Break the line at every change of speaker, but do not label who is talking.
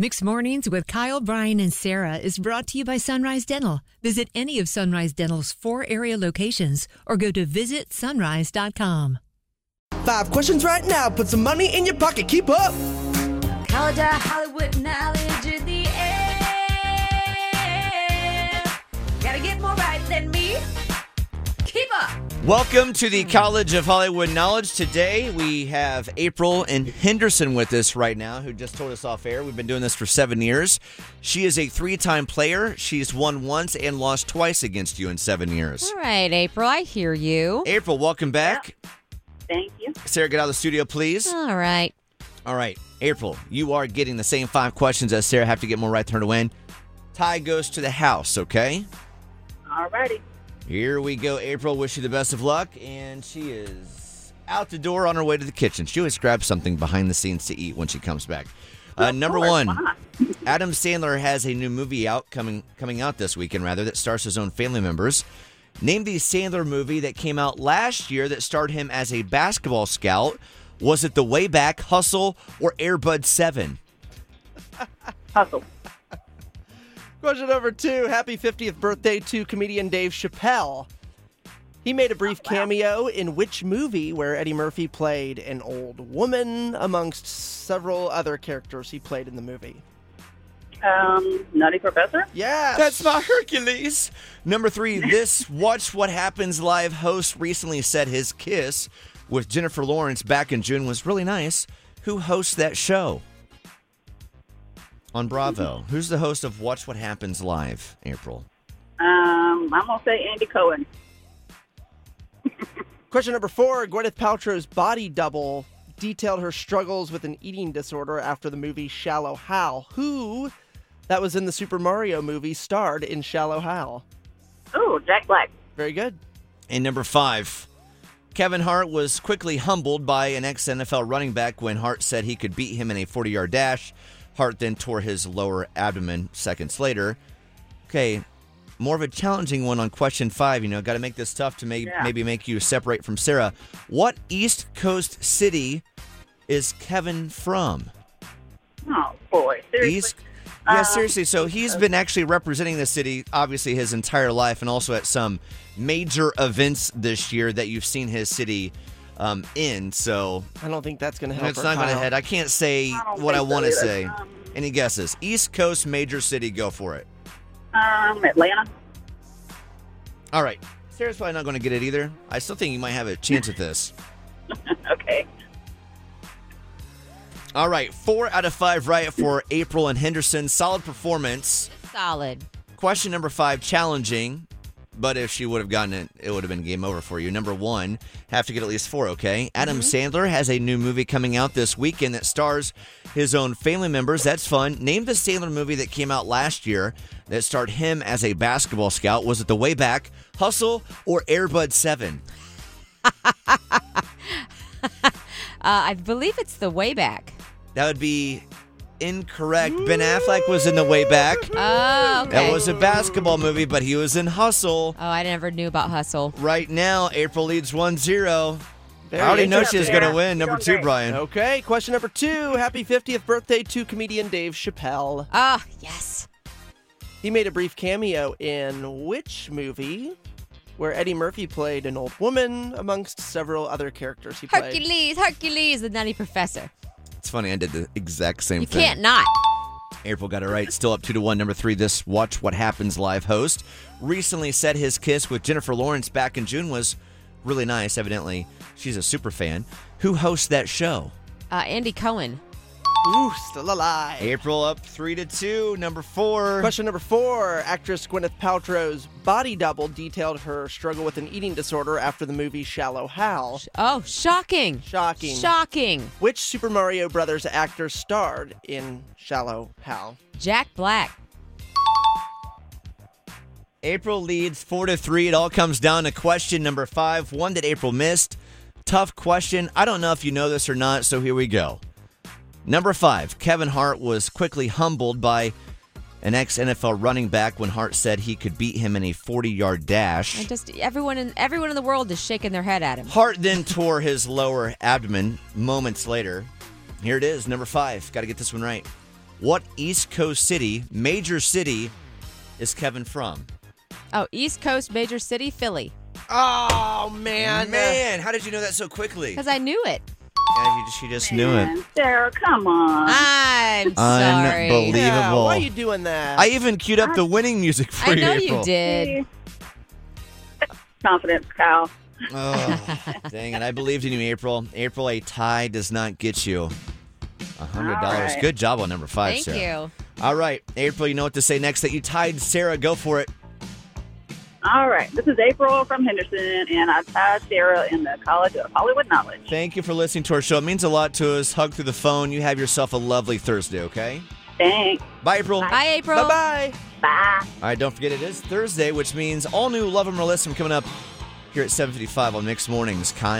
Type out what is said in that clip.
Mixed Mornings with Kyle, Brian, and Sarah is brought to you by Sunrise Dental. Visit any of Sunrise Dental's four area locations or go to visitsunrise.com.
Five questions right now. Put some money in your pocket. Keep up.
College of Hollywood knowledge in the air. Gotta get more right than me. Keep up.
Welcome to the College of Hollywood Knowledge. Today we have April and Henderson with us right now, who just told us off air. We've been doing this for seven years. She is a three time player. She's won once and lost twice against you in seven years.
All right, April, I hear you.
April, welcome back.
Thank you.
Sarah, get out of the studio, please.
All right.
All right, April, you are getting the same five questions as Sarah. Have to get more right to her to win. Tie goes to the house, okay?
Alrighty.
Here we go, April. Wish you the best of luck. And she is out the door on her way to the kitchen. She always grabs something behind the scenes to eat when she comes back. Uh, number
course,
one,
why
Adam Sandler has a new movie out coming coming out this weekend, rather that stars his own family members. Name the Sandler movie that came out last year that starred him as a basketball scout. Was it The Way Back, Hustle, or Airbud Seven?
Hustle.
Question number two. Happy 50th birthday to comedian Dave Chappelle. He made a brief cameo in which movie where Eddie Murphy played an old woman amongst several other characters he played in the movie?
Um, Nutty Professor.
Yes.
That's my Hercules. Number three, this Watch What Happens Live host recently said his kiss with Jennifer Lawrence back in June was really nice. Who hosts that show? On Bravo. Who's the host of Watch What Happens Live, April?
Um, I'm gonna say Andy Cohen.
Question number four Gwyneth Paltrow's body double detailed her struggles with an eating disorder after the movie Shallow Hal. Who that was in the Super Mario movie starred in Shallow Hal?
Oh, Jack Black.
Very good.
And number five, Kevin Hart was quickly humbled by an ex NFL running back when Hart said he could beat him in a 40 yard dash. Hart then tore his lower abdomen seconds later. Okay, more of a challenging one on question five. You know, got to make this tough to may-
Yeah.
maybe make you separate from Sarah. What East Coast city is Kevin from?
Oh boy, seriously. Uh,
He's yeah, seriously. So he's been actually representing the city, obviously his entire life, and also at some major events this year that you've seen his city um, in. So
I don't think that's going to help.
it's
her,
not going to
Kyle.
head. I can't say
Oh, I don't
what I
think so
want to
either.
say.
Um,
Any guesses? East Coast major city. Go for it.
Um, Atlanta.
All right. Sarah's probably not going to get it either. I still think you might have a chance at this.
Okay.
All right, four out of five right for April and Henderson. Solid performance.
Solid.
Question number five, challenging, but if she would have gotten it, it would have been game over for you. Number one, have to get at least four, okay? Adam Sandler has a new movie coming out this weekend that stars his own family members. That's fun. Name the Sandler movie that came out last year that starred him as a basketball scout. Was it The Way Back, Hustle, or Airbud 7?
Uh, I believe it's the way back.
That would be incorrect. Ben Affleck was in The Way Back.
Oh, okay.
That was a basketball movie, but he was in Hustle.
oh, I never knew about hustle.
Right now, April leads 1 0.
Very
I already know
interesting.
she's going to
Yeah.
win. Number two,
Okay.
Brian.
Okay, question number two. Happy 50th birthday to comedian Dave Chappelle.
Ah, yes.
He made a brief cameo in which movie where Eddie Murphy played an old woman amongst several other characters he played?
Hercules, Hercules, the nutty professor.
It's funny, I did the exact same
You
thing.
can't not.
April got it right. Still up 2 to 1. Number three, this Watch What Happens live host recently said his kiss with Jennifer Lawrence back in June was really nice. Evidently, she's a super fan. Who hosts that show?
Uh, Andy Cohen.
Ooh, still alive.
April up 3 to 2. Number four.
Question number four. Actress Gwyneth Paltrow's body double detailed her struggle with an eating disorder after the movie Shallow Hal.
Oh, shocking.
Shocking.
Shocking.
Which Super Mario Brothers actor starred in Shallow Hal?
Jack Black.
April leads four to three. It all comes down to question number five, one that April missed. Tough question. I don't know if you know this or not, so here we go. Number five, Kevin Hart was quickly humbled by an ex NFL running back when Hart said he could beat him in a 40 yard dash.
And just everyone in everyone in the world is shaking their head at him.
Hart then tore his lower abdomen moments later. Here it is, number five. Got to get this one right. What East Coast city, major city, is Kevin from?
Oh, East Coast major city, Philly.
Oh man,
Man, how did you know that so quickly?
Because I knew it.
Yeah, you- she just knew it.
Man, Sarah, come on.
I'm sorry.
Unbelievable.
Yeah, why are you doing that?
I even queued up the winning music for
I know
you.
you
April.
did.
Confidence, Kyle.
Oh, dang it. I believed in you, April. April, a tie does not get you $100.
All right.
Good job on number five,
Thank
Sarah.
you.
All right, April, you know what to say next that you tied Sarah. Go for it.
All right. This is April from Henderson, and I tied Sarah in the College of Hollywood Knowledge.
Thank you for listening to our show. It means a lot to us. Hug through the phone. You have yourself a lovely Thursday, okay?
Thanks.
Bye, April.
Bye, April.
Bye bye.
Bye.
All right, don't forget it is Thursday, which means all new Love 'em or List 'em coming up here at 7:55 on Mixed Mornings. Con-